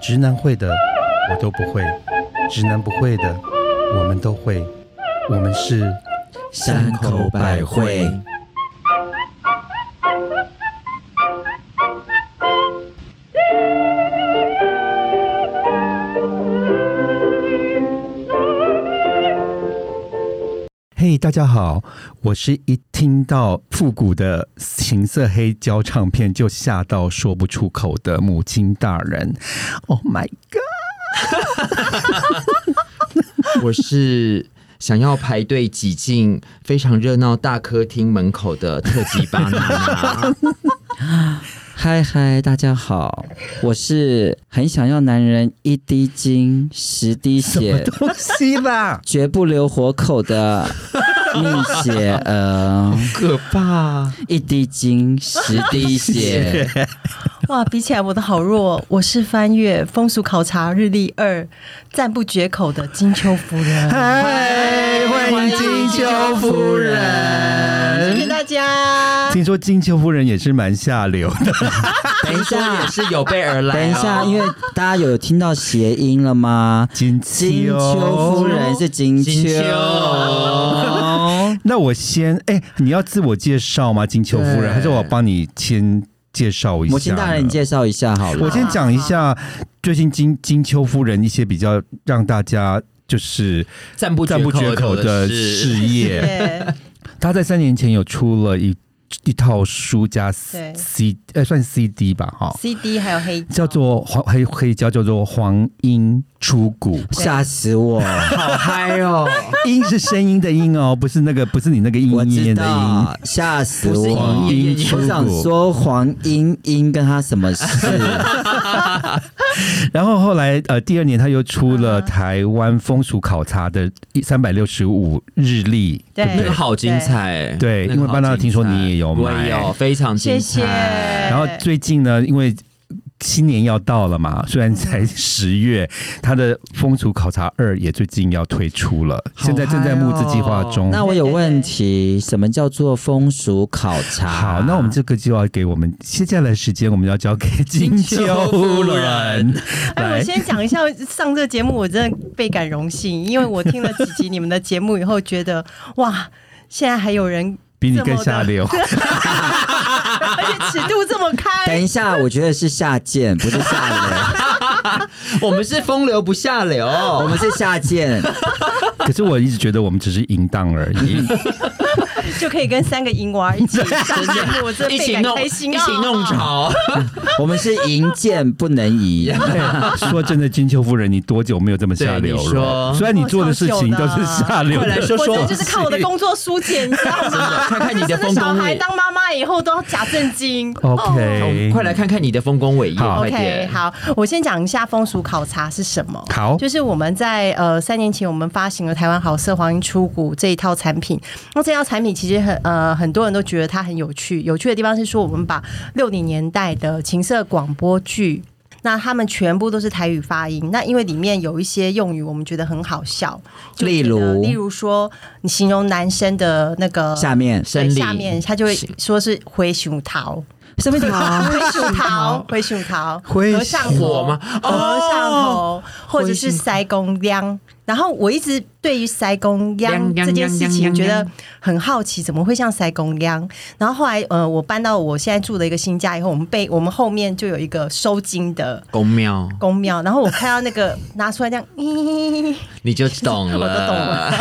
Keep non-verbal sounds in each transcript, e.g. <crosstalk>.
直男会的我都不会，直男不会的我们都会，我们是山口百惠。嘿大家好，我是一听到复古的情色黑胶唱片就吓到说不出口的母亲大人。Oh my god！ <laughs> 我是想要排队挤进非常热闹大客厅门口的特级巴娜娜。嗨嗨，大家好，我是很想要男人一滴精十滴血，，东西啦 <laughs> 绝不留活口的蜜雪儿，可怕！一滴精十滴 <laughs> 血， <laughs> 哇，比起来我的好弱，我是翻阅风俗考察日历二，赞不绝口的金秋夫 <laughs> 人。嗨，欢迎金秋夫人。谢谢大家。听说金秋夫人也是蛮下流的，等一下也是有备而来、哦等一下，因为大家有听到谐音了吗？金金秋夫人是金秋，金秋那我先哎、你要自我介绍吗？金秋夫人，对还是我帮你先介绍一下？母亲大人，你介绍一下好我了。先讲一下最近金金秋夫人一些比较让大家就是赞不赞不绝口口的事是， <laughs> 业。 <laughs> 对，她在三年前有出了一一套书加对 C 呃算 CD 吧哈， CD 还有黑胶叫做黄黑黑胶叫做黄莺出 <laughs> 谷，吓死我！好嗨哦！音是声音的音哦，不是那个不是你那个音我音知的音。道，吓死不是我！黄莺莺莺出我想谷，说黄莺莺跟他什么 <laughs> 事？然后后来呃，第二年他又出了台湾风俗考察的三百六十五日历，对对不那个对？好精彩，对那个好因为巴娜精彩听说你也有买我也有，非常精谢谢。彩。然后最近呢，因为新年要到了嘛，虽然才十月，他的风俗考察二也最近要推出了，好现在正在募资计划中。那我有问题，什么叫做风俗考察？好，那我们这个就要给我们接下来的时间，我们要交给金秋夫人哎，我来。先讲一下上这节目，我真的倍感荣幸，因为我听了几集你们的节目以后，觉得哇，现在还 <laughs> 有人， <laughs> 比你更下 <laughs> 流，而且尺度这么等开，一下，我觉得是下贱，不是下流，我们是风流不 <laughs> 下流，我们是下贱。可是我一直觉得我们只是淫荡而已。就可以跟三个淫娃一起上节目，我真的一倍起感弄，开一心起啊！弄潮。我们是淫贱不能 <laughs> 移。哎说真的，金秋夫人，你多久没有这么下流对你了？说虽然你做的事情都是下流快来的，说我说，这就是靠我的工作疏解，你 <laughs> 知道吗？看看你的哦真的丰小功孩伟，当妈妈以后都要假正经。哦 OK，快来看看你的丰功伟业，好快 OK，点！好，我先讲一下风俗考察是什么。好就是我们在呃三年前，我们发行了台湾好色黄莺出谷这一套产品。那这套产品其实很呃很多人都觉得它很有趣，有趣的地方是说我们把六零年代的情色广播剧。那他们全部都是台语发音，那因为里面有一些用语，我们觉得很好笑，就例觉得如例如说，你形容男生的那个下面生对理下面，他就会说是灰熊桃，什么桃？ <laughs> 灰熊桃，灰熊桃，灰和尚火头吗和尚头，或者是灰熊塞公秧。然后我一直对于塞公秧秧秧这件事情秧觉得秧很好奇，怎么会像塞公秧？然后后来呃，我搬到我现在住的一个新家以后，我们被我们后面就有一个收金的。公庙公庙，然后我看到那个拿出来这样， <laughs> 咦，你就懂了，我都懂了。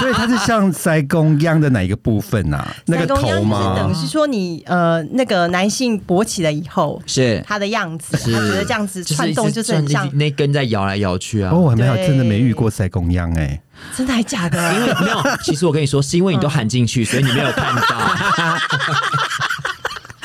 所以它是像塞公一样的哪一个部分啊？那个塞公头秧就是等吗？于是说你呃那个男性勃起了以后，是他的样子，是他觉得这样子就是窜一动直就是很像转，那根在摇来摇去啊。哦，我还没有对真的没遇过塞公秧哎，真的还假的？因为没有，其实我跟你说，是因为嗯你都含进去，所以你没有看到。 <laughs>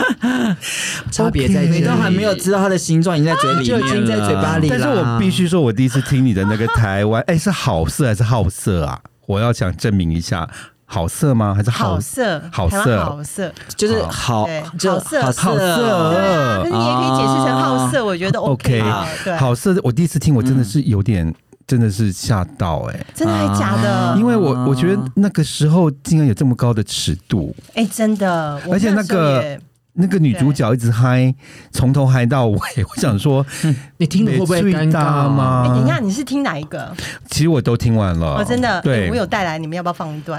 差别在这里，你都还没有知道他的形状，已经在嘴里面就了，已经在嘴巴里但是我必须说，我第一次听你的那个台湾， <laughs> 哎，是好色还是好色啊？我要想证明一下，好色吗？还是好色，好台湾色，好色，就是好对，就好色哦好好色。哦可色是。你也可以解释成好色，我觉得 OK OK，啊，对，嗯好色，我第一次听，我真的是有点，真的是吓到哎。真的还假的啊因？为嗯我我觉得那个时候竟然有这么高的尺度，哎，真的，我而且那时候个也那个女主角一直嗨，从头嗨到尾。我想说，你听了会不会最尴尬大啊？吗？哎、等一下，你是听哪一个？其实我都听完了。我、真的，哦对，哎我有带来，你们要不要放一段？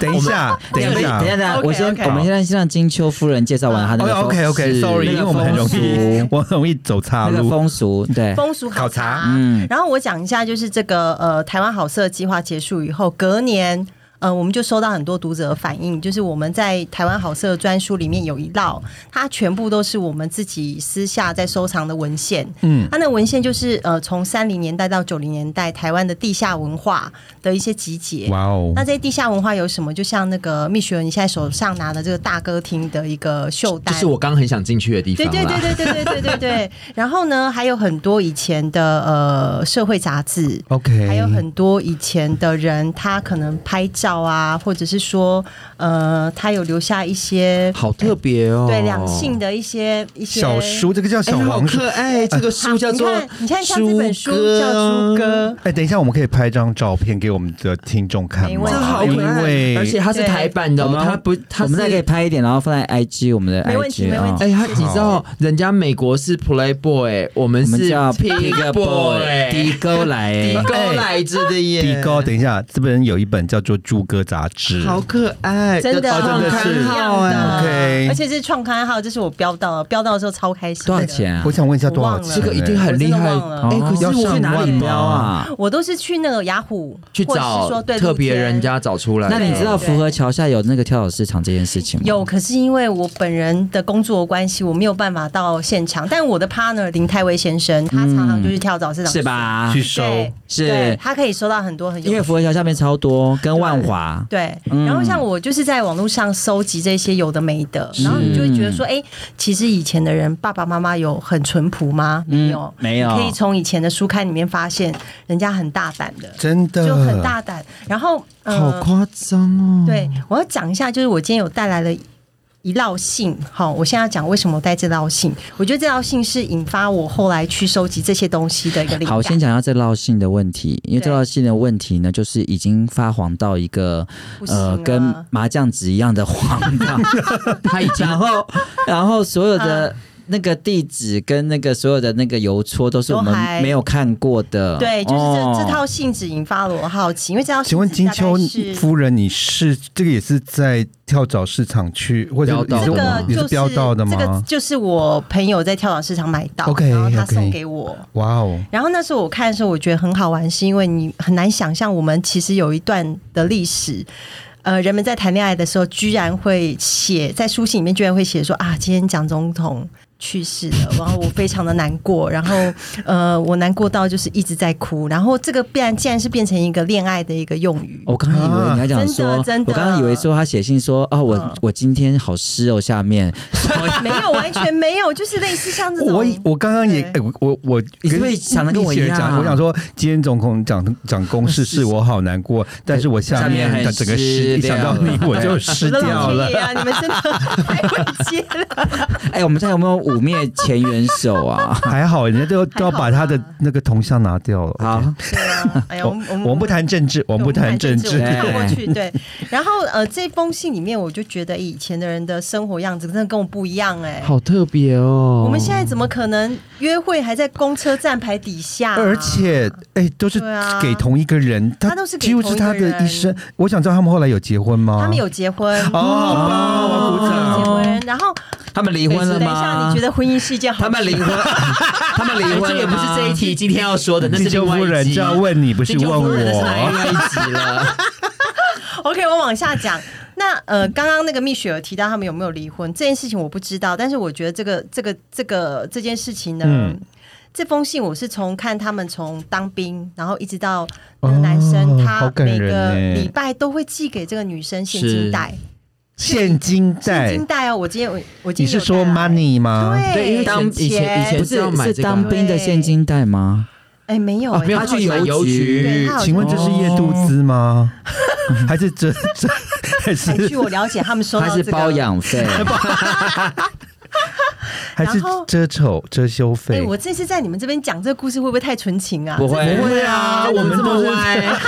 等一下，等一下，等一下，等一下， OK，我先 OK 我们现在先让金秋夫人介绍完她那个 OK 风 OK 俗哦 Sorry，因为我们很容易，我很容易走岔那个路。风俗，对，风俗考考察察。哎嗯然后我讲一下，就是这个呃，台湾好色计划结束以后，隔年。呃，我们就收到很多读者的反映，就是我们在台湾好色专书里面有一道，它全部都是我们自己私下在收藏的文献。嗯，它那文献就是呃，从三零年代到九零年代台湾的地下文化的一些集结。哇哦那，这些地下文化有什么？就像那个蜜雪儿，你现在手上拿的这个大歌厅的一个袖就单，是我刚很想进去的地方啊对啦。对对对对对对对 <laughs> 对。然后呢，还有很多以前的呃社会杂志。 OK，哎还有很多以前的人，他可能拍照啊，或者是说，呃，他有留下一些好特别哦。对两性的一些一些啊小叔，这个叫哎，小好王叔。可爱，哎这个书叫你做看，你看像这本书叫哥《猪哥》，哎，等一下，我们可以拍张照片给我们的听众看没吗问题哎这？好因可爱，为而且它是对台版的我哦，们它不，它我们再是可以拍一点，然后放在 IG 我们的 IG，没问题没问哦题哎，他你知道人家美国是 Playboy，我们我们是叫 Pig Boy 迪沟来，迪哎高来着的耶，迪高，等一下，这边有一本叫做《猪哥杂志》，好可爱，真的哦真的是很一好样的哎， OK 而且是创刊号，这是我标到的，标到的时候超开心。多少？钱啊我？想问一下多少我忘了钱？这个一定很厉害，我真的忘了哎，可是要我上去哪里标标啊？我都是去那个雅虎去或者是说找对特别露天人家找出来的，那你知道对符合桥下有那个跳蚤市场这件事情吗？有，可是因为我本人的工作关系，我没有办法到现场。但我的 partner 林泰威先生，他常常就是跳蚤市场、嗯是？吧去？对收，是对他可以收到很多很有因为符合桥下面超多，跟万华对，嗯然后像我就是在网络上搜集这些有的没的，然后你就会觉得说，哎、其实以前的人爸爸妈妈有很淳朴吗？没有，嗯没有你可以从以前的书刊里面发现，人家很大胆的，真的就很大胆。然后，呃、好夸张哦，对，我要讲一下，就是我今天有带来了一道信，好，我现在要讲为什么我带这道信。我觉得这道信是引发我后来去收集这些东西的一个灵好，感。我先讲一下这绕性的问题，因为这对绕性的问题呢，就是已经发黄到一个不行啊呃了跟麻将纸一样的黄 <laughs> 到，他已经然后然后所有的嗯那个地址跟那个所有的那个邮戳都是我们都还没有看过的，对，就是这、哦这套信纸引发了我好奇，因为这套请信问纸金大概秋是夫人，你是这个也是在跳蚤市场去，或者标你到是这的个吗你就是是标到的这个吗？就是我朋友在跳蚤市场买到 OK，然后他 OK 送给我。哇哦，然后那时候我看的时候，我觉得很好玩，是因为你很难想象我们其实有一段的历史。呃，人们在谈恋爱的时候，居然会写在书信里面，居然会写说啊，今天蒋总统去世了，然后我非常的难过，然后呃，我难过到就是一直在哭，然后这个变然竟然是变成一个恋爱的一个用语， <laughs> 我刚刚以为你要讲说，啊真的真的我刚刚以为说他写信说，哦，我、嗯我今天好湿哦，下面 <laughs> 没有完全没有，就是类似像这种，我以我刚刚也哎对我我我你是不是想得跟我一样啊蜜雪讲我想说，今天总统讲讲公 <laughs> 事是我好难过，但是我下面下面的很整个湿啊湿，一想到掉你我就湿我的掉老了？<laughs> 天。爷啊，你们真的太会接了，哎、我们这有没有污蔑前元首啊还好，人家都都要把他的那个铜像拿掉了。 <laughs> 好，对啊，哎呀， <laughs> 我我们我们不谈政治，我们不谈政我治们。跳对过去。对，然后呃，这封信里面我就觉得以前的人的生活样子真的跟我不一样哎、好特别哦，我们现在怎么可能约会还在公车站牌底下、啊而且，哎，都是对啊给同一个人，他都是给几乎是他同一个的人一生。我想知道他们后来有结婚吗？他们有结婚，哦，好棒，我哦要鼓结掌。婚，然后哎他们离婚等了一下，吗？你觉得婚姻是一件好他们离婚，他们离婚了吗这也不是这一题今天要说的，金秋夫人这样问你，不是问我。一集了？ OK，我往下讲。那呃，刚刚那个蜜雪儿提到他们有没有离婚这件事情，我不知道，但是我觉得这个这个这个这件事情呢。嗯这封信我是从看他们从当兵，然后一直到那个男生，哦好他感每人个欸礼拜都会寄给这个女生现金是袋，现金现贷金，袋哦，我今天我我今你天是有说带来 money 吗？对，对因为当当以前以前不是要是买是这个当兵的现金贷吗？哎没有哦哎 <laughs> 没有他去有邮局对他有请问这是夜肚子吗？哦 <laughs> 还是这这还哎是 <laughs> 据我了解，他们收到他这是个包养费，还是然后遮丑遮羞哎、费？我这次在你们这边讲这个故事，会不会太纯情啊？不会这不对啊，我们这都么 <laughs> 歪，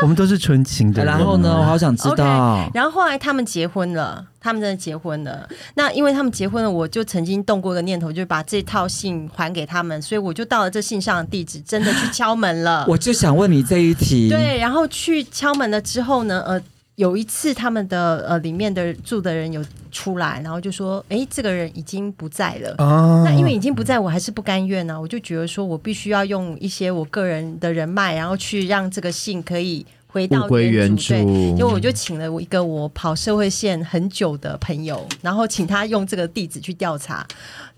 我们都是纯情的人。啊然后呢，我？好想知 OK，道。。然后后来他们结婚了，他们真的结婚了。那因为他们结婚了，我就曾经动过一个念头，就是把这套信还给他们，所以我就到了这信上的地址，真的去敲门了 <laughs> 我就想问你这一题，对，然后去敲门了之后呢，呃，有一次他们的呃里面的住的人有出来，然后就说：“哎，这个人已经不在了。”啊，那因为已经不在，我还是不甘愿啊呢、我就觉得说我必须要用一些我个人的人脉，然后去让这个信可以回物到归原主。对，主嗯因为。我就请了我一个我跑社会线很久的朋友，然后请他用这个地址去调查，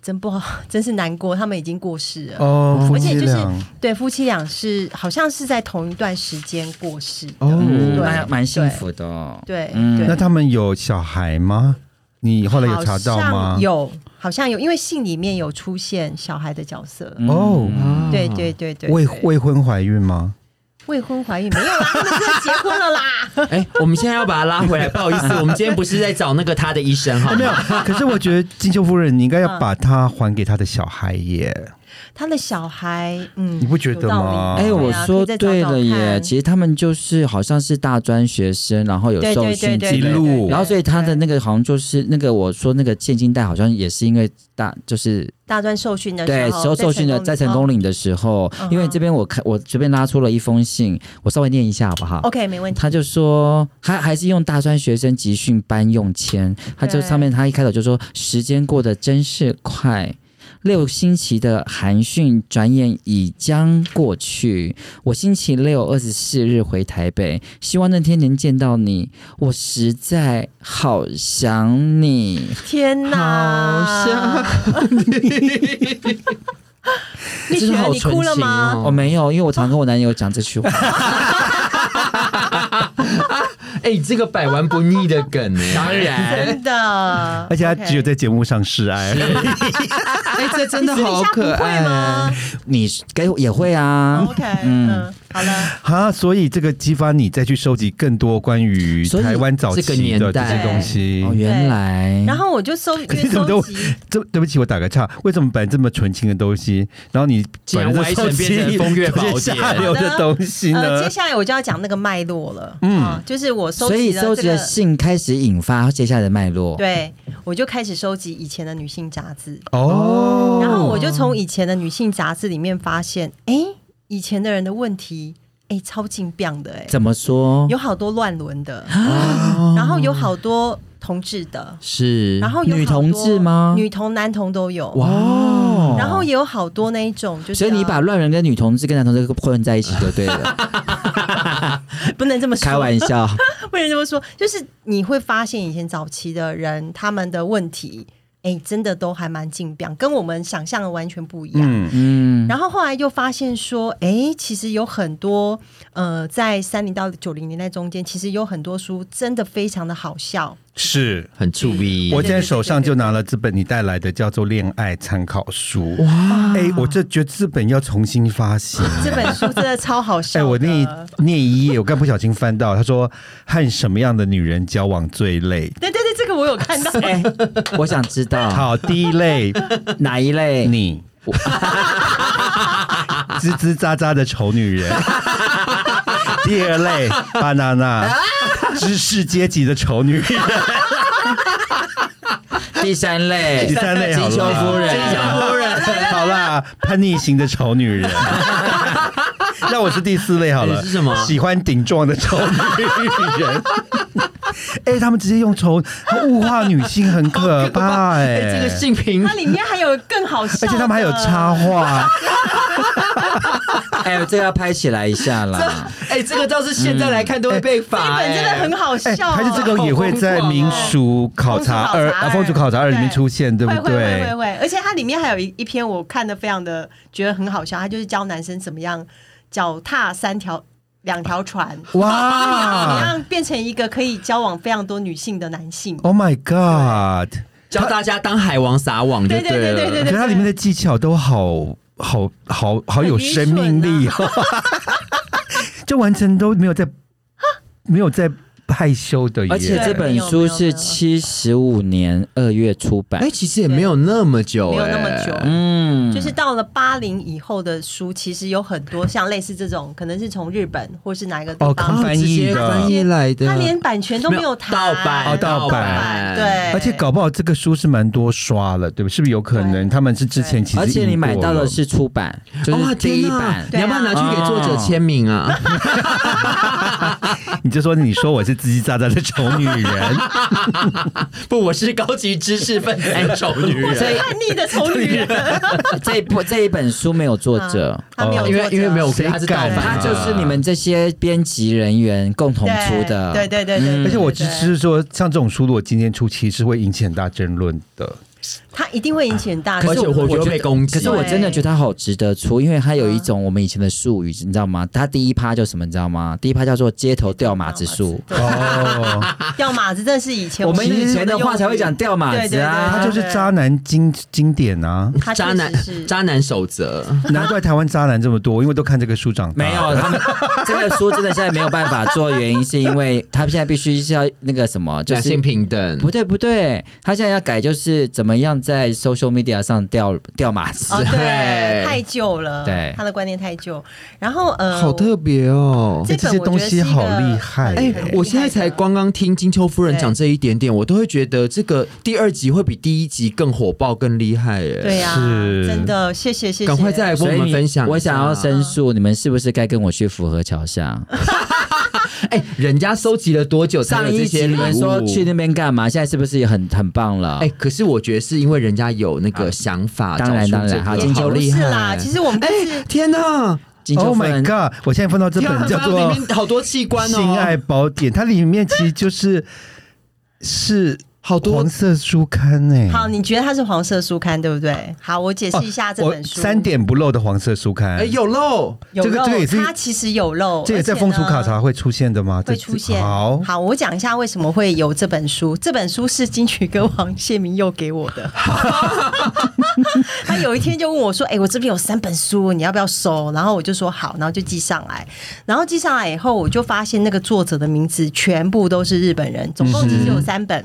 真不好， <laughs> 真是难过，他们已经过世了。哦，夫而且妻就是俩对，夫妻俩是好像是在同一段时间过世的。哦嗯，对蛮蛮幸福的哦。对，嗯对那他们有小孩吗？你后来有查到好吗像？有，好像有，因为信里面有出现小孩的角色。嗯哦啊对对对对，未对未婚怀孕吗？未婚怀孕没有 <laughs> 啦，他们真的结婚了啦。哎，我们现在要把他拉回来，不好意思，我们今天不是在找那个他的医生哈， <laughs> 没有。可是我觉得金秀夫人，你应该嗯要把她还给她的小孩耶。他的小孩，嗯，你不觉得吗哎，有道理我对啊说可以再找找对了耶，看其实他们就是好像是大专学生，然后有对受对对训对之一对类路对对然后所以他的那个好像就是那个我说那个现金贷好像也是因为大就是大专受训的时对，候，受受训的在成功里。岭的时候嗯，哼因为这边我看我随便拉出了一封信，我稍微念一下好不好？ OK，没问题。他就说，他还是用大专学生集训班用签，他就对上面他一开头就说，时间过得真是快。六星期的寒训转眼已将过去，我星期六二十四日回台北，希望那天能见到你。我实在好想你，天哪，好像 <laughs> 丽真的雪，好你纯哭了情吗？我、哦。没有，因为我常跟我男友讲这句 <laughs> 话。哎，这个百玩不腻的梗，当然，真的，而且她只有 OK 在节目上示爱，哎，这真的私底好下不可会爱。吗啊你该也会啊。 ？OK，嗯，好了， <laughs> 哈，所以这个激发你再去收集更多关于所以台湾早这个期年的这代些东西哦，。原来。然后我就收，可是越怎么收都集，这对不起，我打个岔，为什么摆这么纯情的东西，然后你竟摆然了歪这么成变成风月宝典下流的东西呃，呢接？下来我就要讲那个脉络了，嗯，就是我收所以集了收这集的个。信开始引发接下来的脉络。对，我就开始收集以前的女性杂志，哦，然后我就从以前的女性杂志里面发现，哎、以前的人的问题，哎、超劲棒的、哎，怎么说？有好多乱伦的，哦然后有好多同志的，是，然后有好多女同志吗女同、男同都有。哇哦！然后也有好多那一种，就是所啊以你把乱人跟女同志跟男同志混在一起就对 <laughs> 了，不能这么说，开玩笑。 <laughs> 不能这么说，就是你会发现以前早期的人他们的问题，哎，真的都还蛮劲棒，跟我们想象的完全不一样。嗯，嗯，然后后来就发现说，哎，其实有很多呃，在三零到九零年代中间，其实有很多书真的非常的好笑。是。 <laughs> 很触鼻。我现在手上就拿了这本你带来的叫做《恋爱参考书》哇，哎，我这觉得这本要重新发 <laughs> 行。这本书真的超好 <laughs> 笑哎，的。我念一念一页，我刚不小心翻到，他说和什么样的女人交往最累？对对对，这个我有 <laughs> 看到。哎，我想知道好，第一类哪一类？你， <laughs> 吱吱喳喳的丑女 <laughs> 人。第二类，巴娜 <laughs> 娜，知识阶级的丑女人。第三第类，三类好金秋夫了，人，金秋啊夫人，好啦，叛逆型的丑女人。那我是第四类好了，你是什么喜欢顶撞的丑女人。哎、他们直接用丑，他物化女性很可怕哎、哎，这个性平它，里面还有更好笑而且的，他们还有插画，哎，这个要拍起来一下啦。哎，这个倒是现在来看都会被嗯这罚，本真的哎很好哎、笑、还是这个也会在民俗考察二、啊，风风俗俗考考察察二二里面对出现，对会不会会会对？会，而且它里面还有一一篇我看的非常的觉得很好笑，它就是教男生怎么样脚踏三条两条船，怎么哇样变成一个可以交往非常多女性的男性。 ，Oh my God！教大家当海王撒网就对对对对了。对可对，是它里面的技巧都好好好好有生啊 <laughs> 啊命力哦，就完全都没有在没有在害羞的耶，而且这本书是七十五年二月出版哎、，其实也没有那么久、没有哎那么久，嗯，就是到了八零以后的书，其实有很多像类似这种，可能是从日本或是哪一个地哦方刚翻译的哦直接翻译来的，他连版权都没有谈，没有盗版哦盗版对，而且搞不好这个书是蛮多刷了，对不对？是不是有可能对他们是之前其实而且你买到的是出版，就哇哦是第一哦天哪版。对你啊要不要拿去给作者签名啊？印过了，你就说你说我是叽叽喳喳的丑女 <laughs> 人， <laughs> 不，我是高级知识分子丑女所以人，叛逆的丑女人，这一部这一本书没有作者，他没有哦作者，因为因为没有，谁他是盗版敢的，啊它就是你们这些编辑人员共同对出的。对对对对，而且我对只是说，像这种书如果今天出，其实会引起很大争论的。他一定会引起很大的而且我觉得被攻击可是我真的觉得它好值得出，因为它有一种我们以前的术语，你知道吗？它第一趴叫什么？你知道吗？第一趴叫做街头掉马子术。哦，掉马子，真的是以前我们以前的话才会讲掉马子啊，他就是对渣男经经典啊，他渣男渣男守则。难怪台湾渣男这么多，因为都看这个书长大。没有，他们这个书真的现在没有办法做，原因是因为他们现在必须是要那个什么，就男是性平等，不对不对，他现在要改就是怎么样在 social media 上掉掉马子。哦，对对，太旧了，对他的观念太旧。然后呃，好特别哦。这这些东西好厉害哎哎，我现在才刚刚听金秋夫人讲这一点点，我都会觉得这个第二集会比第一集更火爆、更厉害耶。对呀，是真的，谢谢谢谢，赶快再来所跟以我们你分享一哎下。我想要申诉，你们是不是该跟我去府河桥下？哎、人家收集了多久 <laughs> 才上有这一集些礼你物？们说去那边干嘛？现在是不是也很很棒了？哎、可是我觉得是因为人家有那个想法，当然找当出然这个好也金秋好不厉是害啦，其实我们哎、就是天哪！金秋 Oh 夫 my 人 god！我现在翻到这天 <laughs> 本哪叫做里面好多器官《哦，性爱宝典》，它里面其实就是是好多黄色书刊哎。好，你觉得它是黄色书刊对不对？好，我解释一下这哦我本书。三点不漏的黄色书刊哎、，有漏。有这个肉这个也是它其实有肉，这也在而且风俗呢考察会出现的吗？会这出现。好，我讲一下为什么会有这本书。这本书是金曲歌王谢明佑给我 <laughs> 的。他有一天就问我说：“哎、我这边有三本书，你要不要收？”然后我就说好，然后就寄上来。然后寄上来以后，我就发现那个作者的名字全部都是日本人，总共其实有三本。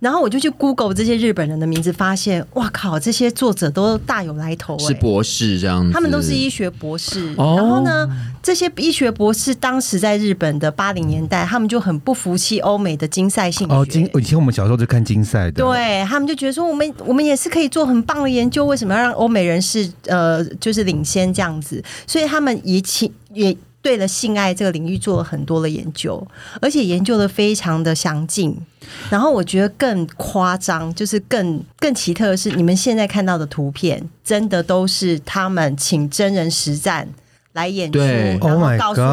然后我就去 Google 这些日本人的名字，发现哇靠，这些作者都大有来头、哎。是博士这样子，他们都是医学博士。哦然后呢，这些医学博士当时在日本的八零年代，他们就很不服气欧美的竞赛性学。哦，金以前我们小时候就看金赛的，，对他们就觉得说，我们我们也是可以做很棒的研究，为什么要让欧美人士呃就是领先这样子？所以他们也起也对了性爱这个领域做了很多的研究，而且研究的非常的详尽。然后我觉得更夸张，就是更更奇特的是，你们现在看到的图片，真的都是他们请真人实战来演出，对然后 Oh my 告诉你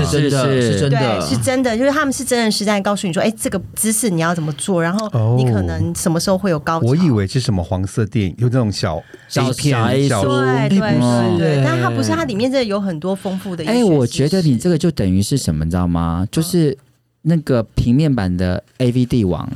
God 是啊真的，是是是真的，对，是真的，就是他们是真人实战告诉你说，哎、这个姿势你要怎么做，然哦后你可能什么时候会有高潮。我以为是什么黄色电影，有那种小小 A 小 A 片小书对对嗯对对对，但它不是，它里面真的有很多丰富的医学知哎、识。我觉得你这个就等于是什么，你知道吗？就是那个平面版的 AV 帝王、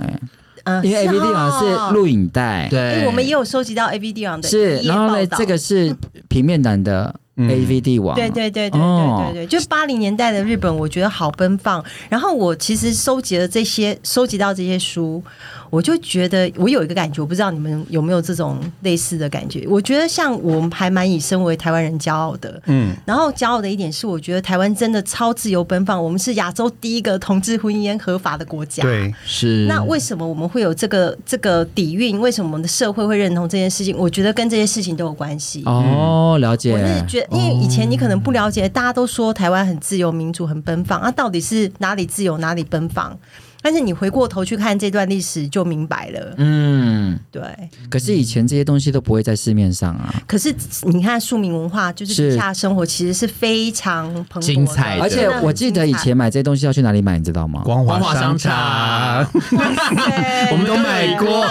呃哎，因为 AV 帝王是录影，影带，对哎，我们也有收集到 A V D 网的是，一页然后呢，报道这个是平面版的嗯 AV 帝王，对对对对对对对，就八零年代的日本，我觉得好奔放。然后我其实收集了这些，收集到这些书，我就觉得我有一个感觉，我不知道你们有没有这种类似的感觉。我觉得像我们还蛮以身为台湾人骄傲的，嗯，然后骄傲的一点是，我觉得台湾真的超自由奔放，我们是亚洲第一个同志婚姻合法的国家。。对，是那为什么我们会有这个这个底蕴？为什么我们的社会会认同这件事情？我觉得跟这些事情都有关系。哦，了解我。是觉得，因为以前你可能不了解，大家都说台湾很自由、民主、很奔放，那、啊到底是哪里自由，哪里奔放？但是你回过头去看这段历史，就明白了。嗯，对，可是以前这些东西都不会在市面上啊，可是你看庶民文化，就是是地下生活，其实是非常蓬勃的精彩的而且我记得以前买这些东西要去哪里买，你知道吗？光光华华商商场场，<laughs> 对我们都买过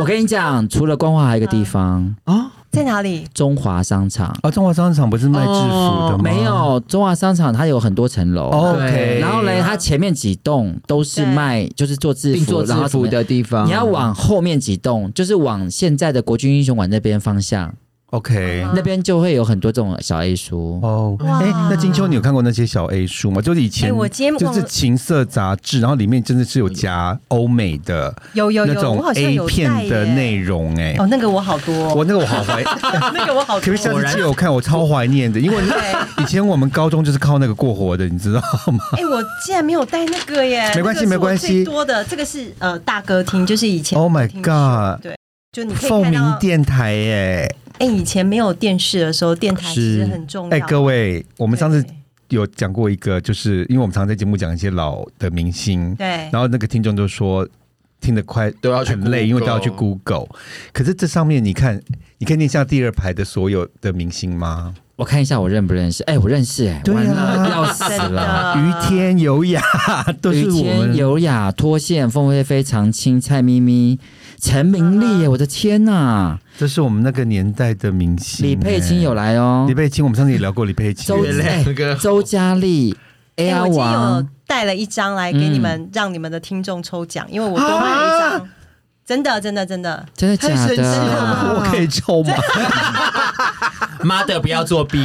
我跟你讲，除了光华，还有一个地方，啊？在哪里？中华商场。啊，中华商场不是卖制服的哦吗？没有，中华商场它有很多层楼。哦对，OK，然后嘞，它前面几栋都是对卖，就是做制定服，做制然后什服么。的地方，你要往后面几栋，就是往现在的国军英雄馆那边方向， OK，啊那边就会有很多这种小 A 书。哦，哇哎，那金秋，你有看过那些小 A 书吗？就是以前，哎我今天就忘是了情色杂志，然后里面真的是有夹欧美的有有那有，种我好像 A 有带片耶的内容，哎，哦，那个我好多哦、我那个我好 <laughs> 怀，那个我好可多是下次借我看，我超怀念的，因为以前我们高中就是靠那个过活的，你 <laughs> 知道吗？哎、我竟然没有带那个耶！没关系那个是我没关系最多的这个是呃大歌厅，就是以前 Oh my 听 god 对，就你可以凤看鸣到，电台耶！哎、以前没有电视的时候，电台其实很重要。哎，各位，位，我我们上次有讲过一个，就是因为我们常在节目讲一些老的明星，对然后那个听众就说听得快都要去很累，因为都要去 Google。可是这上面你看，你可以念一下第二排的所有的明星吗？我看一下我认不认识？哎、我认识、哎、对啊完了要死真了。的啊于，天、有雅 <laughs> 都于是我谦、们。尤雅、脱线、凤飞飞、常青、蔡咪咪、陈明丽、嗯哎我的天呐、这是我们那个年代的明星。欸李佩青有来哦李，佩青，我们上次也聊过李佩青周。哎月亮哥周嘉丽、哎、 AR 我今天有王，带了一张来给你嗯们，让你们的听众抽奖，因为我多买了一啊张。真的，真的，真的，真的假太神奇了吧的？我可以抽吗？妈的，不要作弊！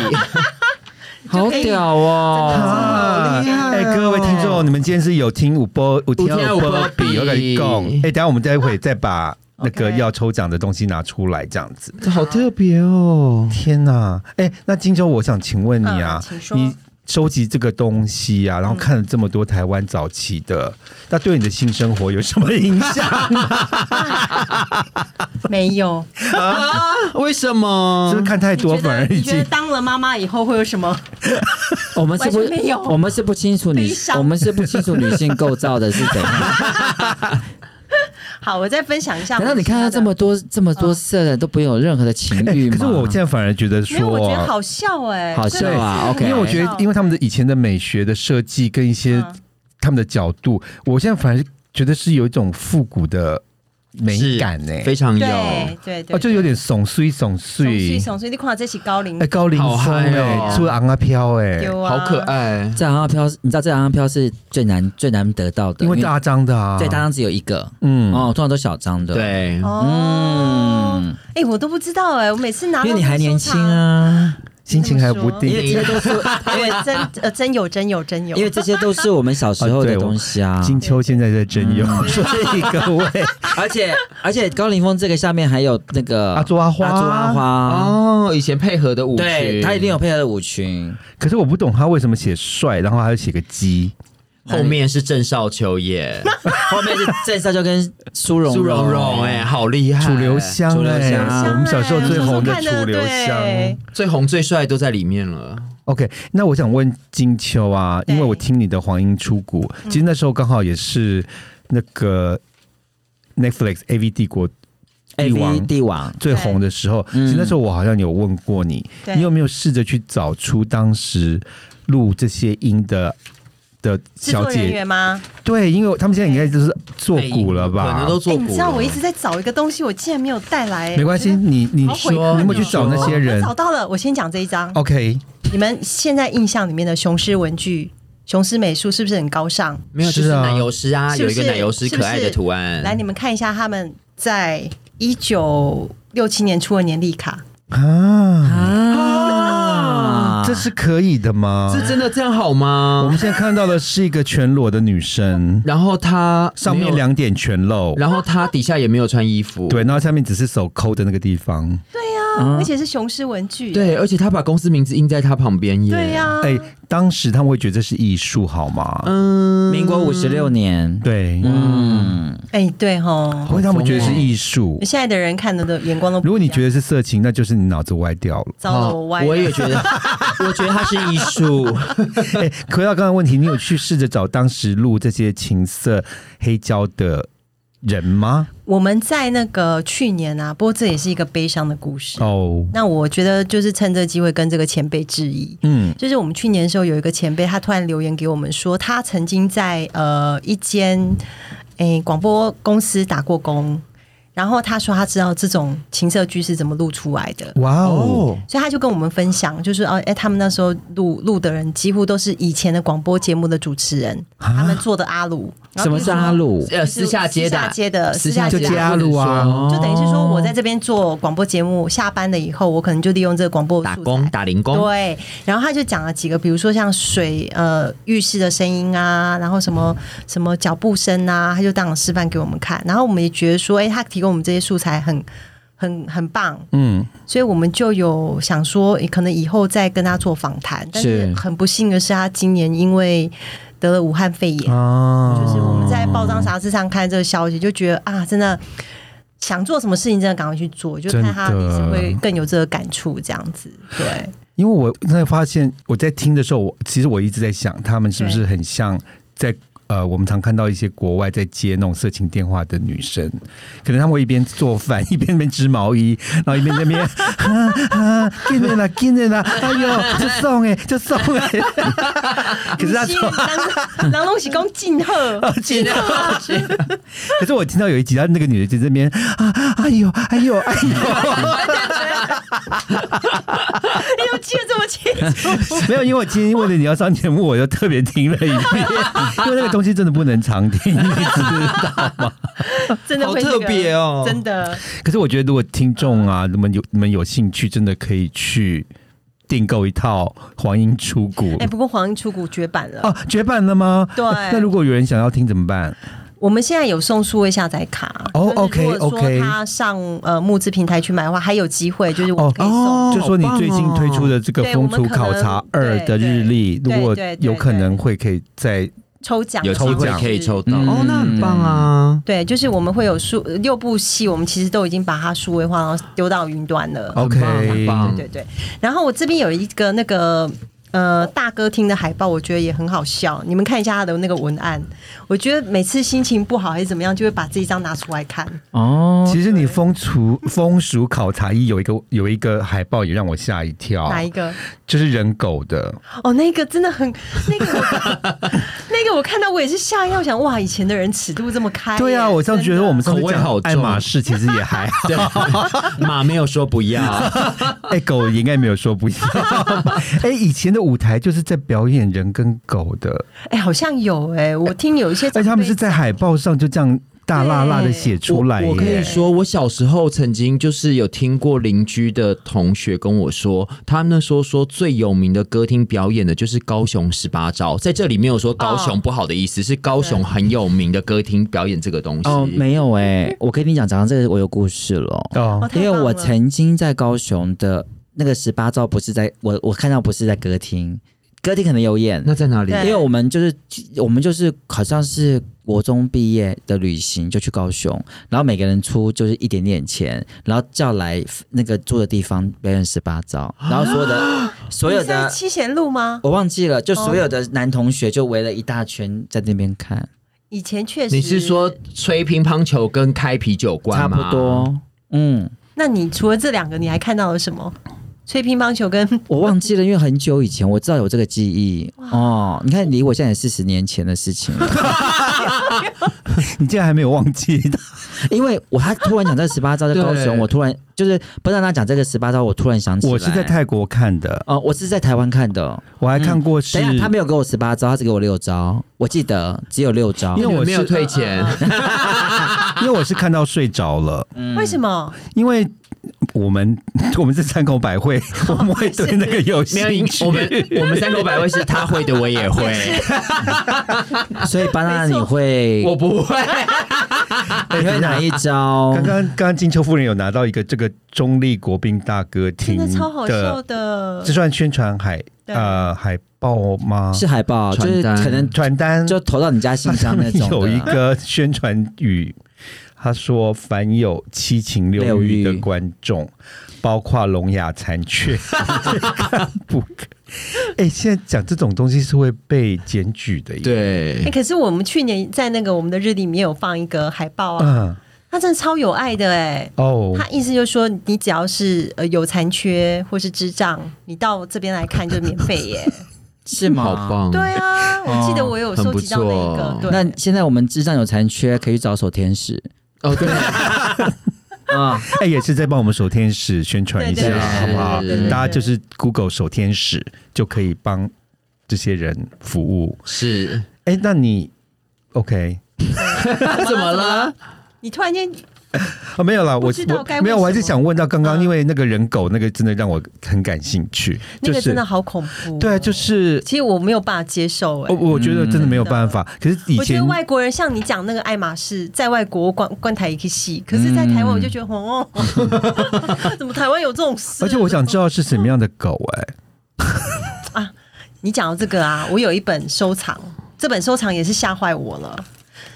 好屌哦！啊！真的好厉害哎，各位听众，你们今天是有听五波五听有听五五波波比，比我跟你讲，哎，等一下我们待会再把那个 OK 要抽奖的东西拿出来，这样子。 <laughs> 这好特别哦。天哪！哎，那金州，我想请问你啊嗯请，说你收集这个东西啊，然后看了这么多台湾早期的，那对你的性生活有什么影响？没有。啊为什么？是不是看 <laughs> 太多你觉反得而已你觉得经？当了妈妈以后会有什么？我们是不完全没有，我们是不清楚悲女，伤我们是不清楚女性构造的是怎 <laughs> 样。好，我再分享一下。难道你看到这么？多这么嗯多色的都不会有任何的情哎欲吗？可是我现在反而觉得没有，我觉说得啊。好笑哎、好笑啊真的是，OK 因为我觉得，因为他们的以前的美学的设计跟一些嗯他们的角度，我现在反而觉得是有一种复古的美感呢、非常有。对对对，哦，就有点耸碎耸怂碎碎，怂碎，你看这是高龄哎，高凌好风嗨哦哎，出昂啊飘哎，丢啊，好可。爱，这昂昂飘，你知道这昂昂飘是最难最难得到的，因为大张的啊，对大张只有一个，嗯，哦，通常都小张的。，对，哦，嗯，哎，我都不知道哎，我每次拿到因为你还年轻 <laughs> 这啊，心情还不对定。这些都是个收藏，真呃真有真有真有因，为这些都是我们小时候的东西啊。金秋现在在真有，所以各位而且而且高凌风这个下面还有那个阿朱阿花阿朱阿花，哦，以前配合的舞对曲，他一定有配合的舞裙。可是我不懂他为什么写帅，然后还要写个鸡，后面是郑少秋耶， <laughs> 后面是郑少秋跟苏蓉苏蓉蓉哎，好厉害，楚留香楚留哎，香我们小时候最红的楚我们小时候看的留香对。最红最帅都在里面了。 OK，那我想问金秋啊，对因为我听你的《黄莺出谷》，其实那时候刚好也是那个 Netflix A V 帝国，A 帝 V 王帝王，最红的时候，嗯其实那时候我好像有问过你，对你有没有试着去找出当时录这些音的的制作小人姐？员吗？对，因为他们现在应该就是做鼓了可吧能？都做哎，古了。你知道我一直在找一个东西，我竟然没有带来，没关系，你你哎好说，悔你恨哦有没有去找那些我人哦找到了，我先讲这一张。 ？OK，你们现在印象里面的雄狮文具、雄狮美术是不是很高尚？没有，就是是啊奶油师啊，是有不一是个奶油师可爱的图案。来，你们看一下他们在一九六七年出的年历卡，啊，啊这是可以的吗？是真的这样好我吗，们？现在看到的是一个全裸的女生然后他上没面有，两点全露，然后他底下也没有穿衣服。对，然后下面只是手抠的那个地方。啊，而且是雄狮文具，对，而且他把公司名字印在他旁边耶。对呀，哎、当时他们会觉得这是艺术，好吗？嗯，民国五十六年，对，嗯，哎，对吼，会他们觉得是艺术。现在的人看的的眼光都不一样，。如果你觉得是色情，那就是你脑子歪掉了糟了，我哦歪了，哦我也 <laughs> 觉得，我觉得他是艺术。哎、回到刚才问题，你有去试着找当时录这些情色黑胶的人吗？我们在那个去年啊，不过这也是一个悲伤的故事。哦，那我觉得就是趁这个机会跟这个前辈致意。嗯，就是我们去年的时候有一个前辈，他突然留言给我们说，他曾经在呃一间诶广播公司打过工，然后他说他知道这种情色剧是怎么录出来的，哇哦，哦，所以他就跟我们分享，就是哦，哎、他们那时候录录的人几乎都是以前的广播节目的主持人，啊他们做的阿鲁。然什后么比如是说阿？鲁？呃，就是私下接私的下接的私下就私下接接阿阿鲁啊，就等于是说，我在这边做广播节目，下班了以后，我可能就利用这个广播打素材工打零工，对，啊然后他就讲了几个，比如说像水呃浴室的声音啊，然后什么什么脚步声啊，他就当场示范给我们看。然后我们也觉得说，哎、他提供我们这些素材很很很棒，嗯，所以我们就有想说，可能以后再跟他做访谈。但是是很不幸的是，他今年因为得了武汉肺炎，哦，就是我们在报章杂志上看这个消息，就觉得啊，真的。想做什么事情，真的赶快去做，就看他真的也是会更有这个感触，这样子。对，因为我真的发现，我在听的时候，我其实我一直在想，他们是不是很像在呃，我们常看到一些国外在接那种色情电话的女生，可能他们会一边做饭，一边那边织毛衣，然后一边在那边啊啊，进来啦，进来啦，哎呦，就送哎，就送哎。 <laughs> 可是他哦啊不是人人拢是讲进 <laughs> 贺，进来，可是我听到有一集，他那个女的在这边啊，哎呦，哎呦，哎呦，啊 <laughs> 你又记得这么 <laughs> 清楚？没有，因为我今天为了你要上节目，我就特别听了一遍，因为那个东西真的不能常听，你知道吗？真的好会特那个别哦真的。可是我觉得，如果听众啊，你们有你们有兴趣，真的可以去订购一套黄莺出谷。哎，不过黄莺出谷绝版哦、了，绝版了吗？对那如果有人想要听怎么办？我们现在有送数位下载卡。哦就是如果 OK，OK 说他上呃募资平台去买的话，还有机会，就是我们可以送。哦就说你最近推出的这个《哦对风俗考察二》的日历，对如对果对对有可能会可以在抽奖有的方机式会可以抽到，嗯哦，那很棒啊！对，就是我们会有数六部戏，我们其实都已经把它数位化，然后丢到云端了。 OK 很棒对对。然后我这边有一个那个呃大歌厅的海报，我觉得也很好笑，你们看一下它的那个文案。我觉得每次心情不好还是怎么样，就会把这一张拿出来看。哦，其实你风俗风俗考察一有一个有一个海报也让我吓一跳，哪一个？就是人狗的，哦，那个真的很，那个我 <laughs> 那个我看到我也是吓一跳，想哇，以前的人尺度这么开耶。对啊，我上次觉真得的我们上次口味讲好重爱马仕其实也还好，对， <laughs> 马没有说不要，哎，狗应该没有说不要。哎，以前的舞台就是在表演人跟狗的，哎、好像有哎、我听有一些长辈，而且他们是在海报上就这样大辣辣的写出来我。我可以耶。说，我小时候曾经就是有听过邻居的同学跟我说，他们那时候说最有名的歌厅表演的就是高雄十八招，在这里没有说高雄不好的意思，是高雄很有名的歌厅表演这个东西。哦，没有哎、我跟你讲，讲到这个我有故事了。哦，太因棒为了我曾经在高雄的那个十八招不是在我我看到不是在歌厅，歌厅可能有演，那在哪里？对因为我们就是我们就是好像是国中毕业的旅行就去高雄，然后每个人出就是一点点钱，然后叫来那个住的地方表演十八招，然后所有的所有你在的七贤路吗？我忘记了，就所有的男同学就围了一大圈在那边看，以前确实，你是说吹乒乓球跟开啤酒差罐吗？不。多，嗯，那你除了这两个，你还看到了什么？吹乒乓球跟我忘记了，因为很久以前我知道有这个记忆哦。你看，离我现在也四十年前的事情了，你竟然还没有忘记的，因为我他突然讲这十八招在高雄，对我突然就是不让他讲这个十八招，我突然想起来，我是在泰国看的，哦、我是在台湾看的。我还看过是嗯等一下，他没有给我十八招，他只给我六招，我记得只有六招。因为我没有是退钱，因为我是看到睡着了，为什么？因为。我们我们是三口百惠，我们会对那个有 <laughs> 没有兴趣。我们我们三口百位是他会的，我也会，所以巴娜没你错会我不会。你会哪一招刚？刚刚刚金秋夫人有拿到一个这个中立国宾大歌厅真的超好笑的这。算宣传海对呃海报吗？是海报，就是传单可能传单就投到你家信它上箱那面种 <laughs> 有的。一个宣传语，他说：“凡有七情六欲的观众，包括聋哑残 <laughs> 缺， <laughs> 看不可。”哎、现在讲这种东西是会被检举的耶。，哎、对，可是我们去年在那个我们的日历里面有放一个海报啊，嗯，他真的超有爱的哎、哦，他意思就是说，你只要是呃有残缺或是智障，你到这边来看就免费 <laughs> 耶。是吗？好棒。对哦啊，我记得我有收集到那一很个不错。对，那现在我们智障有残缺，可以找守天使。哦，对，啊，哎，也是在帮我们守天使宣传一对对下，好对不好对对对？对大家就是 Google 守天使就可以帮这些人服务。是哎，那你 OK？ <laughs> 怎么了？你突然间哦，没有啦，我不知道该我问没有，我还是什么想问到刚刚，嗯因为那个人狗那个真的让我很感兴趣，那就个是真的好恐怖、哦对啊，就是其实我没有办法接受哎、我我觉得真的没有办法。可是以嗯我觉得前外国人像你讲那个爱马仕，在外国关关台一个戏，可是，在台湾我就觉得、哦， <laughs> 怎么台湾有这种事？而且我想知道是什么样的狗哎、你讲到这个啊，我有一本收藏，这本收藏也是吓坏我了。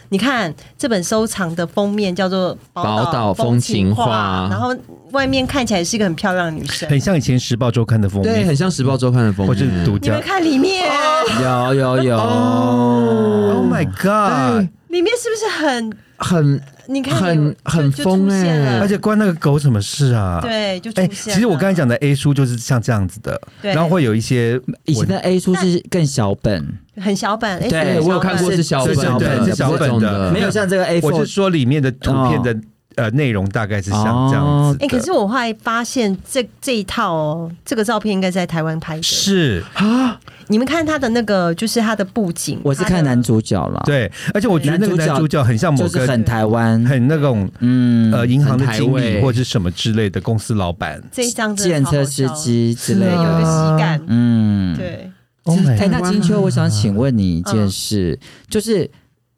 你看这本收藏的封面叫做《宝岛风风情画》画然后外面看起来是一个很漂亮的女生。很像以前《时报周刊》的封对，面，很像《时报周刊》的封或是面，独你家们。看里面，哦啊有有有， Oh my god！里面是不是很？很你看很有就很就疯出现欸了而且关那个狗什么事啊？。对，就出哎、现了。其实我刚才讲的 A 书就是像这样子的，对然后会有一些文以前的 A 书是更小本，很小本，哎对是很对小我有看过本是小本是小本的，是小本不是这种的没有像这个 A 呃我是 four 说里面的图片的、呃内容大概是像这样子哎、的。可是我后来发现这这一套哦，这个照片应该是在台湾拍的。是你们看他的那个，就是他的布景，我是它看的男主角了，，对，而且我觉得那个男主角很像某就是个很台湾，很那种嗯，呃银行的经很台理味或者什么之类的公司老板。这一张真的建超好车笑哦司，机之类对，有是一啊的，个喜感，嗯，。对， Oh my 哎、 god！那金秋，我想嗯请问你一件事，就是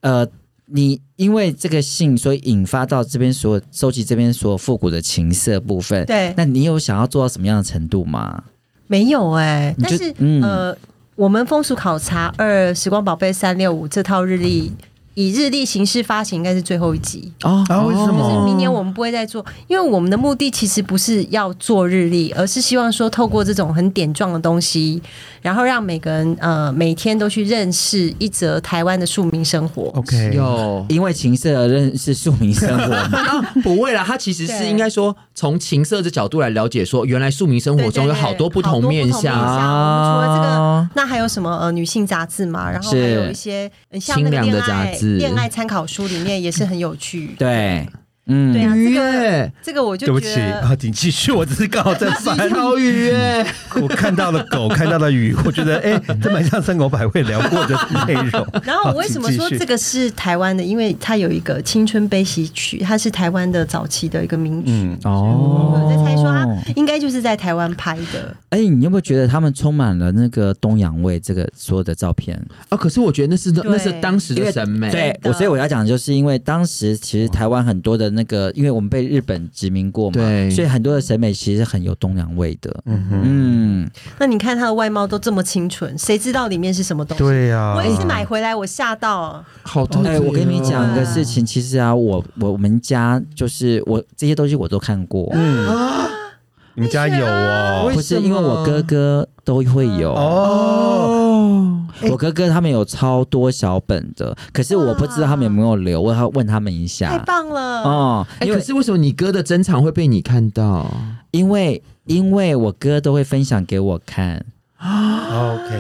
呃，你因为这个信，所以引发到这边所有收集这边所有复古的情色部分。对那你有想要做到什么样的程度吗？没有哎、你但、就是嗯呃，我们风俗考察二时光宝贝三六五这套日历，以日历形式发行，应该是最后一集。哦啊为什么就是明年我们不会再做，因为我们的目的其实不是要做日历，而是希望说透过这种很点状的东西，然后让每个人呃每天都去认识一则台湾的庶民生活。哦哎 OK，有因为情色而认识庶民生活嘛 <laughs> 啊，不会啦，他其实是对应该说从情色的角度来了解说原来庶民生活中有好多不同面对对对好多不同向面。我们除了这个啊那还有什么呃女性杂志嘛？然后还有一些呃像清那个凉恋的杂爱志恋爱参考书里面也是很有趣。对，嗯，对啊，这愉个悦，这个我就对不觉起得啊，请继续，我只是刚好在 <laughs> 翻。超愉悦，我看到了狗，看到了鱼，我觉得哎、这蛮像三狗百味聊过的内容。然后我为什么说这个？个是台湾的？因为它有一个青春悲喜曲，它是台湾的早期的一个名曲。嗯，哦，我在猜说它应该就是在台湾拍的，哎、你有没有觉得他们充满了那个东洋味？这个所有的照片，啊！可是我觉得那是那是当时因的为审美，对真的我，所以我要讲，就是因为当时其实台湾很多的那个，因为我们被日本殖民过嘛，对所以很多的审美其实很有东洋味的。嗯嗯，那你看它的外貌都这么清纯，谁知道里面是什么东西？对啊呀、我也是买回来，我吓到。好多。哦哎、我跟你讲个事情，其实啊，我我我们家就是我这些东西我都看过，你们家有啊哦？不是因为我哥哥都会有。哦，哦，我哥哥他们有超多小本的，可是我不知道他们有没有留，我要问他们一太下。棒了！哦，哎，因可为是为什么你哥的珍藏会被你看到？因为因为我哥都会分享给我看， OK，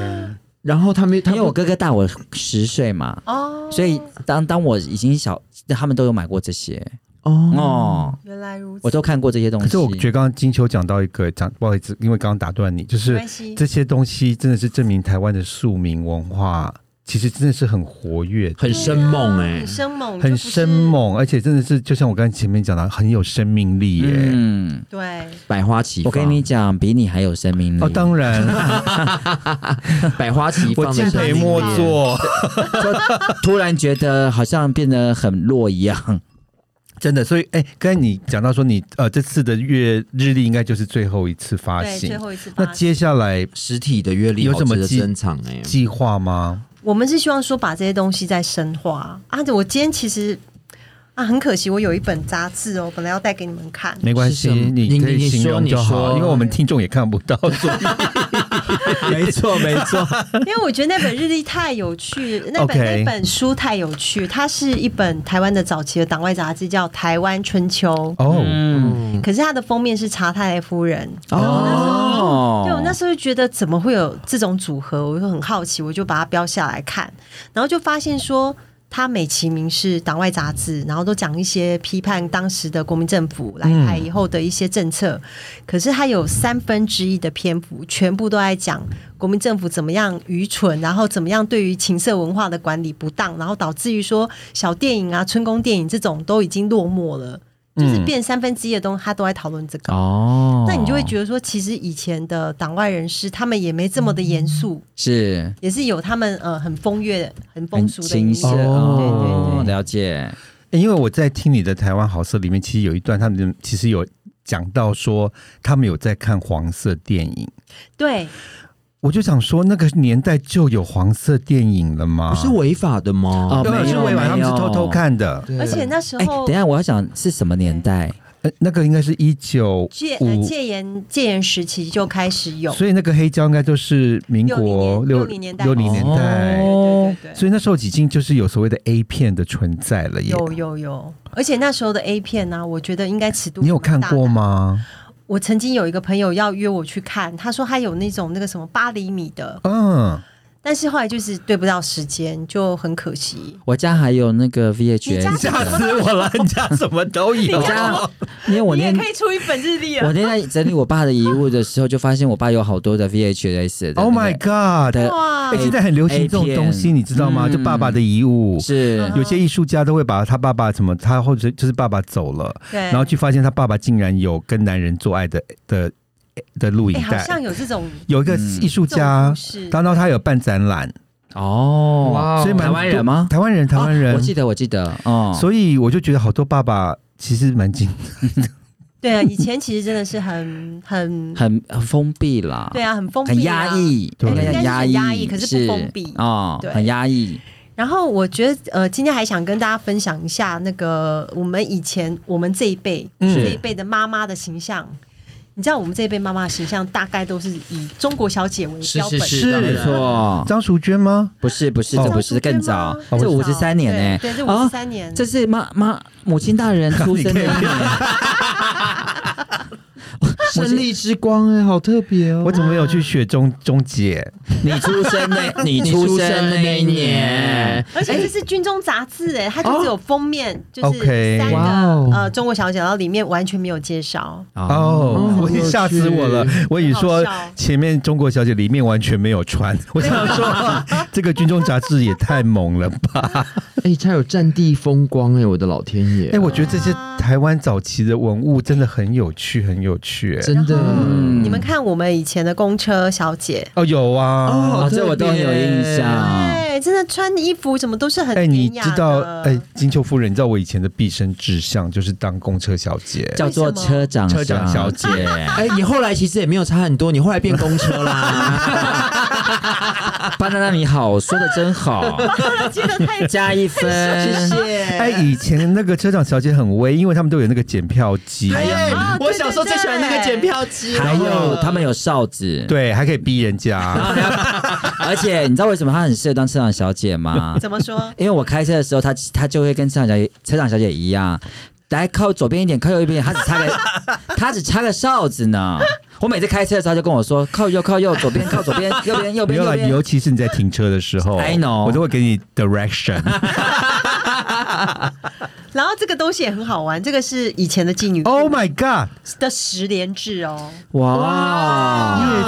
然后他没，他因没为我哥哥大我十岁嘛，哦，所以当当我已经小，他们都有买过这些哦，哦，原来如此，我都看过这些东西。可是我觉得刚刚金秋讲到一个讲，不好意思，因为刚刚打断你，就没是关系这些东西真的是证明台湾的庶民文化其实真的是很活跃的。很生猛哎啊很，生猛，欸很就不是生，猛，而且真的是就像我刚才前面讲的，很有生命力耶。嗯，对，百花齐我放，跟你讲，比你还有生命力。哦，当 <laughs> 然，百花齐我放敬的陪生命末力座，突然觉得好像变得很弱一样。真的。所以，哎、刚才你讲到说你呃这次的月日历应该就是最后一次发对，最行，后一次发那行。接下来实体的阅历有好什么值得记珍藏哎？计划吗？我们是希望说把这些东西再深化啊！我今天其实啊，很可惜，我有一本杂志哦，本来要带给你们 <laughs> 看。没关系，嗯是什么你你可以你你形说容你就好，说因为我们听众也看不到，所以 <laughs> 没错，没错。因为我觉得那本日历太有趣，那本 OK 那本书太有趣，它是一本台湾的早期的党外杂志，叫《台湾春秋》。 <laughs> 哦，嗯，可是它的封面是查泰莱夫人，哦，对我那时候就觉得怎么会有这种组合，我就很好奇，我就把它标下来看，然后就发现说他美其名是党外杂志，然后都讲一些批判当时的国民政府来台以后的一些政策，可是他有三分之一的篇幅全部都在讲国民政府怎么样愚蠢，然后怎么样对于情色文化的管理不当，然后导致于说小电影啊、春宫电影这种都已经落寞了。嗯就是变三分之一的东西，他都在讨论这个。哦，那你就会觉得说，其实以前的党外人士他们也没这么的严嗯肃，是也是有他们呃很风月、很风很俗的一面清晰哦哦对对，对。了解，因为我在听你的台湾好色里面，其实有一段他们其实有讲到说他们有在看黄色电影，对，我就想说那个年代就有黄色电影了吗？不是违法的吗哦？对，啊没是有违法，他们是偷偷看的。对而且那时哎，候等一下我要想是什么年代？呃那个应该是一九戒呃五，戒严戒严时期就开始有，所以那个黑胶应该就是民国六六零年六零年代。对对对对，所以那时候已经就是有所谓的 A 片的存在了耶。有有有，而且那时候的 A 片呢、啊我觉得应该尺度你有蛮看大过的？吗？我曾经有一个朋友要约我去看，他说他有那种那个什么八厘米的，嗯，但是后来就是对不到时间，就很可惜。我家还有那个 VHS，家吓死我了！你家什么都有 <laughs> 我，家因为我你也那可以出一本日历我啊！那天在整理我爸的遗物的时候，就发现我爸有好多的 VHS 的那个。 Oh my god！对哎、哇，现在很流行这种东西， A 片你知道吗？嗯就爸爸的遗物。是有些艺术家都会把他爸爸什么，他或者就是爸爸走了，对，然后去发现他爸爸竟然有跟男人做爱的的的录哎，影好带。像有这种有一个嗯艺术这种家故，事，当到他有办展览，哦，所以蛮台湾人吗台湾人，台湾哦人我。记得，我记得，哦，所以我就觉得好多爸爸其实蛮精对啊，以前其实真的是很很很很封闭啦，对啊，很封闭、啊，很压。抑，对应该应该叫是压很抑，压抑可是不封闭哦，对很压抑，然后我觉得，呃，今天还想跟大家分享一下那个我们以前我们这一辈、嗯这一辈的妈妈的形象。你知道我们这一辈妈妈的形象大概都是以中国小姐为标本，是没错，张淑娟吗？不是不是，哦这不是更早，这这五十三年呢，对，对这五哦十三年，这是妈妈母亲大人出生 <laughs> 的一年，胜利之光哎，好特别哦我怎么没有去雪中中姐？你出生那，你你出出生生那那一一年年，而哎且这是军中杂志哎、它哦就只有封面，就是 OK 三哇个哦呃中国小姐，然后里面完全没有介绍，哦，好我有吓死我了！我以为说很好笑前面中国小姐里面完全没有穿， <laughs> 我想说 <laughs> 这个军中杂志也太猛了吧！哎，它有战地风光哎，我的老天爷哎、！我觉得这些台湾早期的文物真的很有趣，很有趣、哎真的然后嗯你们看我们以前的公车小姐，哦，有啊，哦，好特别这我都很有印象，对，哎真的穿衣服什么都是很哎、你典雅知的道，哎、 <laughs> 金秋夫人，你知道我以前的毕生志向就是当公车小姐，叫做为什么车长车长小姐。哎，你后来其实也没有差很多，你后来变公车 <laughs> 啦。 <laughs> 巴娜娜你好，说的真好，啊记得太加一分。谢。哎、以前那个车长小姐很威，因为他们都有那个检票机，哎啊对我小时候最喜欢那个检票机了，还有他们有哨子，，对，还可以逼人家。 <laughs> 而且你知道为什么她很适合当车长小姐 <laughs> 吗？怎么说？因为我开车的时候，她她就会跟车长小姐车长小姐一样，来靠左边一点，靠右边一点，她只插个 <laughs> 她只插个哨子呢。我每次开车的时候，她就跟我说靠右靠右，左边靠左边， <laughs> 右边右没边有右啦，边。尤其是你在停车的时候 I know 我都会给你 direction。然后这个东西也很好玩，这个是以前的妓女 Oh my god！的十连制哦，哇！啊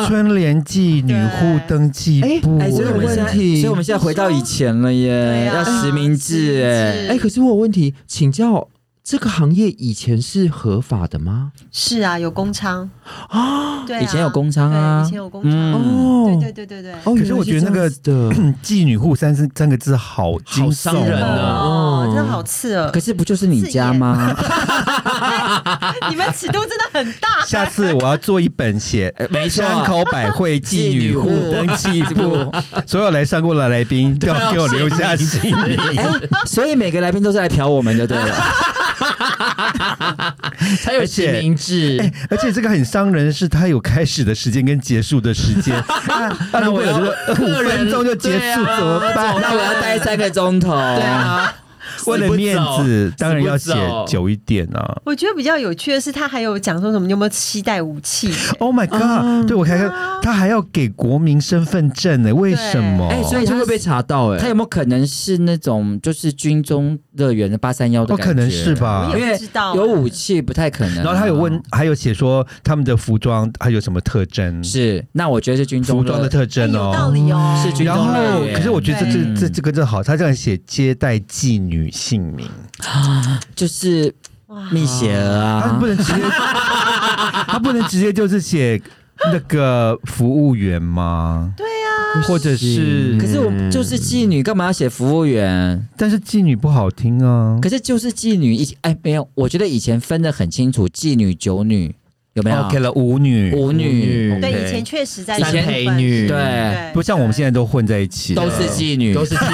叶春联记女户登记簿，哎，所以我们现在，问题所以我们现在回到以前了耶，对啊呃要实名制哎。哎，可是我有问题，请教这个行业以前是合法的吗？是啊，有工娼啊，对啊，以前有工娼啊嗯对以前有工娼，哦对对对对对。哦，可是我觉得那个的妓女户三三个字好惊好悚伤人哦啊！哦，真的好刺耳可！是不就是你家吗？ <laughs> 你们尺度真的很 <laughs> 大。下次我要做一本写没错山口百惠妓女户登记簿，所有来上过的来宾都要给我留下姓名。哎，所以每个来宾都是来嫖我们就对了。 <clears throat> 才有实名制。哎而且这个很伤人，是它有开始的时间跟结束的时 <laughs> 间。那那如果有这个五分钟就结束对啊怎么办？那我要待三个钟头。对对，啊，为了面子，当然要写久一点啊。我觉得比较有趣的是，他还有讲说什么你有没有期待武器？哦 Oh my god！、对啊我看看，他还要给国民身份证呢、为什么？哎、所以就会被查到哎、他有没有可能是那种就是军中乐园的八三幺的哦，感觉？可能是吧我。因也为不知道啊有武器不太可能啊、然后他有问，还有写说他们的服装还有什么特征？是，那我觉得是军中服装的特征有道哦。理哦，嗯是军然中乐后，园可是我觉得这对这这这个真好，他这样写接待妓女姓名，就是哇蜜雪儿他啊不，能 <laughs> 直接，他不能直接就是写那个服务员吗？对啊呀，或者是可是我就是妓女，干嘛要写服务员？但是妓女不好听啊。可是就是妓女以哎没有，我觉得以前分的很清楚，妓女、九女有没有哦 OK 了，舞女舞女，对， OK 以前确实在三这部陪分女，对，不像我们现在都混在一起了，都是妓女，都是自己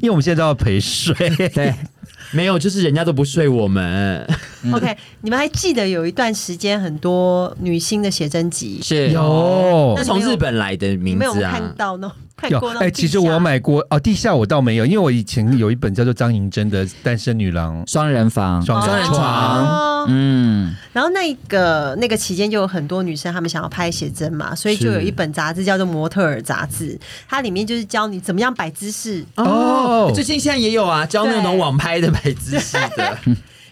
因为我们现在都要陪睡。 <laughs> 对， <laughs> 没有，就是人家都不睡我们，嗯 OK，你们还记得有一段时间很多女星的写真集，是 <laughs> 哦有是从日本来的你名们有字看啊。到呢？看有过那种地下？哎、其实我买过哦，地下我倒没有，因为我以前有一本叫做张银珍的《单身女郎双人房，双人床哦嗯，然后那个那个期间就有很多女生她们想要拍写真嘛，所以是就有一本杂志叫做《模特儿杂志》，它里面就是教你怎么样摆姿势，哦最近现在也有啊，教那种网拍的摆姿势的，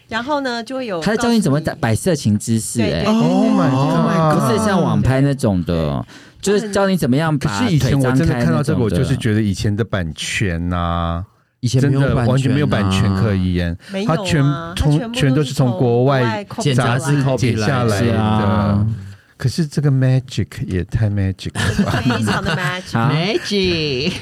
然后呢就会有他在教你怎么打摆色情姿哎势，对对哎，对 Oh my 不 god！是像网拍那种的，就是教你怎么样可把是以腿前我张真的开看到那这个，种我就是的。觉得以前的版权呐、 <laughs> 以前真没有的版完全没有啊版权可。言，没有它啊全它从全全都部都是是从从国国外外剪杂杂志志 copy 剪下来来的的。是啊可是这个 magic 也太 magic <laughs> <laughs> 了吧？非常的 match。啊， Magic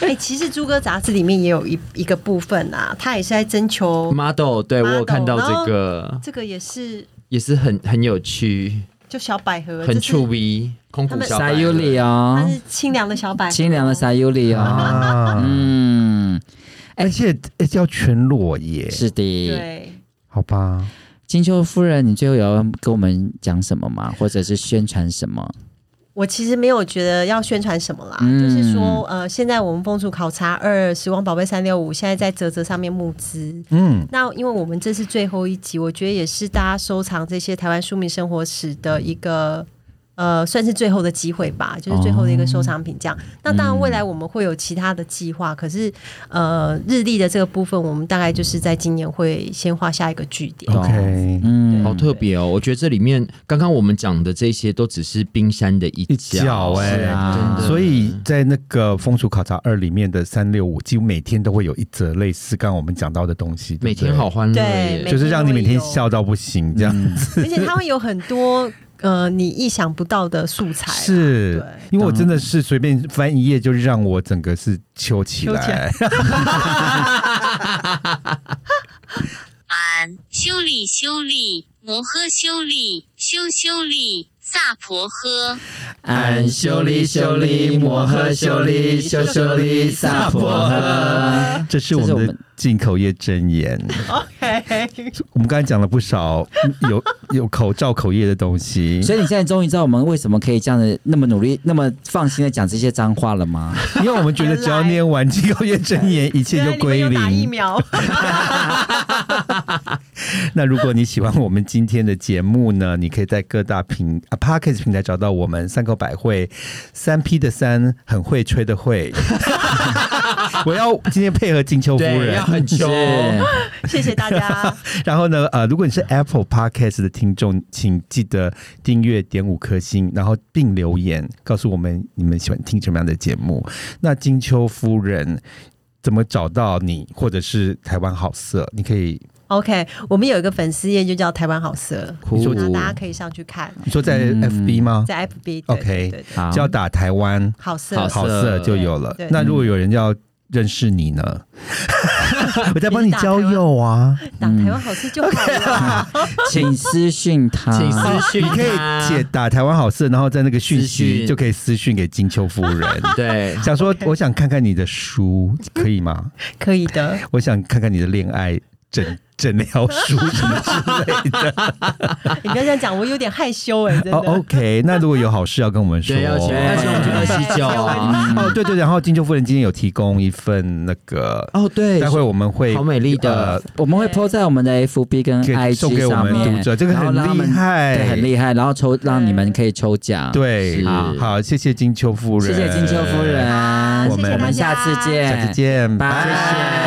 哎、其实《朱哥杂志》里面也有一一个部分啊，他也是在征求 model，对我有看到 Model，这个，这个也是也是很很有趣，就小百合，很这触是鼻，空他谷们小撒白尤里哦它，是清凉的小百合，清凉的撒尤里哦，啊，嗯，而且而且要全裸耶，是的。对，好吧？金秋夫人，你最后有要跟我们讲什么吗？或者是宣传什么？我其实没有觉得要宣传什么啦，嗯就是说，呃，现在我们风俗考察二、时光宝贝三六五现在在泽泽上面募资。嗯，那因为我们这是最后一集，我觉得也是大家收藏这些台湾书迷生活史的一个。呃，算是最后的机会哦吧，就是最后的一个收藏品这样。那嗯当然，未来我们会有其他的计划，可是呃，日历的这个部分，我们大概就是在今年会先画下一个据哦点。 OK，嗯，好特别哦！我觉得这里面刚刚我们讲的这些都只是冰山的一一角哎、是啊所以在那个《风俗考察二》里面的三六五，几乎每天都会有一则类似刚刚我们讲到的东西，对每不对天好，欢乐耶，对就是让你每天笑到不行这样。而且它会有很多呃你意想不到的素材啊啦，是对因为我真的是随便翻一页，就让我整个是揪起揪起来来。安修理修理摩诃修理修修理萨婆诃。安修利修利摩诃修利修修利萨婆诃。 <laughs> 这是我这是我们的们进口业真言。 <laughs> OK，我们刚才讲了不少有有口罩口业的东 <laughs> 西，所以你现在终于知道我们为什么可以这样的那么努力、那么放心的讲这些脏话了吗？因为我们觉得只要念完进口业真言，一切就归啊原来你们有打疫零。 <laughs> 苗，那如果你喜欢我们今天的节目呢，你可以在各大平啊 p a r k e s 平台找到我们三口百会，三 P 的三，很会吹的会。 <laughs> 我要今天配合金秋夫对，人要，很是穷。哦谢谢大家。 <laughs> 然后呢，呃，如果你是 Apple Podcast 的听众，请记得订阅、点五颗星，然后并留言告诉我们你们喜欢听什么样的节目。那金秋夫人怎么找到你，或者是台湾好色？你可以 OK，我们有一个粉丝页就叫台湾好色，你说那大家可以上去看，你说在嗯 FB 吗？在 FB 对 OK 对对对好只，要打台湾好色好好色色就有了对。对那如果有人要认识你呢？我在帮你你打台交湾友啊，打台湾好色就好了。请私讯他，请私讯啊你可以他写打台湾好色，然后在那个讯私息讯就可以私讯给金秋夫人。对，想说，我想看看你的书，可以吗？可以的，我想看看你的恋爱 <laughs> 诊诊疗书什么之类的。 <laughs> 你不要这样讲，我有点害羞哎、真的。哦，OK，那如果有好事要跟我们说，对，要请要请我们去看洗脚啊！哦， <laughs> 对对，然后金秋夫人今天有提供一份那个，哦，对，待会我们会好美丽的呃我们会 PO 在我们的 FB 跟给 IG 送给我上们面，读者这个然后很让他们厉害对，很厉害。然后抽让你们可以抽奖，，啊对，是好好，谢谢金秋夫人，谢谢金秋夫人，我们我们下次见，下次见，拜拜。